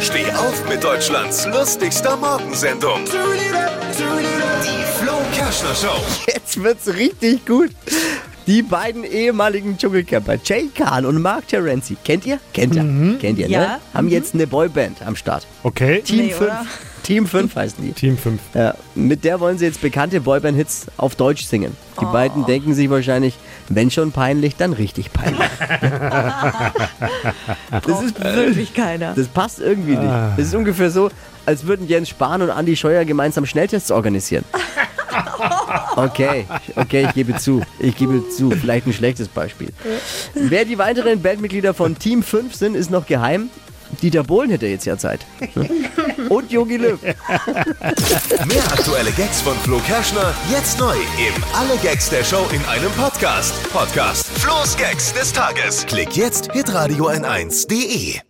Steh auf mit Deutschlands lustigster Morgensendung. Die Flo Kerschner Show. Jetzt wird's richtig gut. Die beiden ehemaligen Dschungelcamper, Jay Khan und Mark Terenzi. Kennt ihr? Kennt ihr? Kennt ihr, ne? Ja. Haben jetzt eine Boyband am Start. Okay, Team Nee, 5. oder? Team 5 heißen die. Team 5. Ja, Äh, mit der wollen sie jetzt bekannte Boyband-Hits auf Deutsch singen. Die Oh. beiden denken sich wahrscheinlich, wenn schon peinlich, dann richtig peinlich. das, ist, Wirklich keiner. das passt irgendwie nicht. Das ist ungefähr so, als würden Jens Spahn und Andi Scheuer gemeinsam Schnelltests organisieren. Okay, okay, ich gebe zu. Ich gebe zu. Vielleicht ein schlechtes Beispiel. Wer die weiteren Bandmitglieder von Team 5 sind, ist noch geheim. Dieter Bohlen hätte jetzt ja Zeit. Und Jogi Löw. Mehr aktuelle Gags von Flo Kerschner jetzt neu im Alle Gags der Show in einem Podcast. Podcast Flo's Gags des Tages. Klick jetzt hitradio n1.de.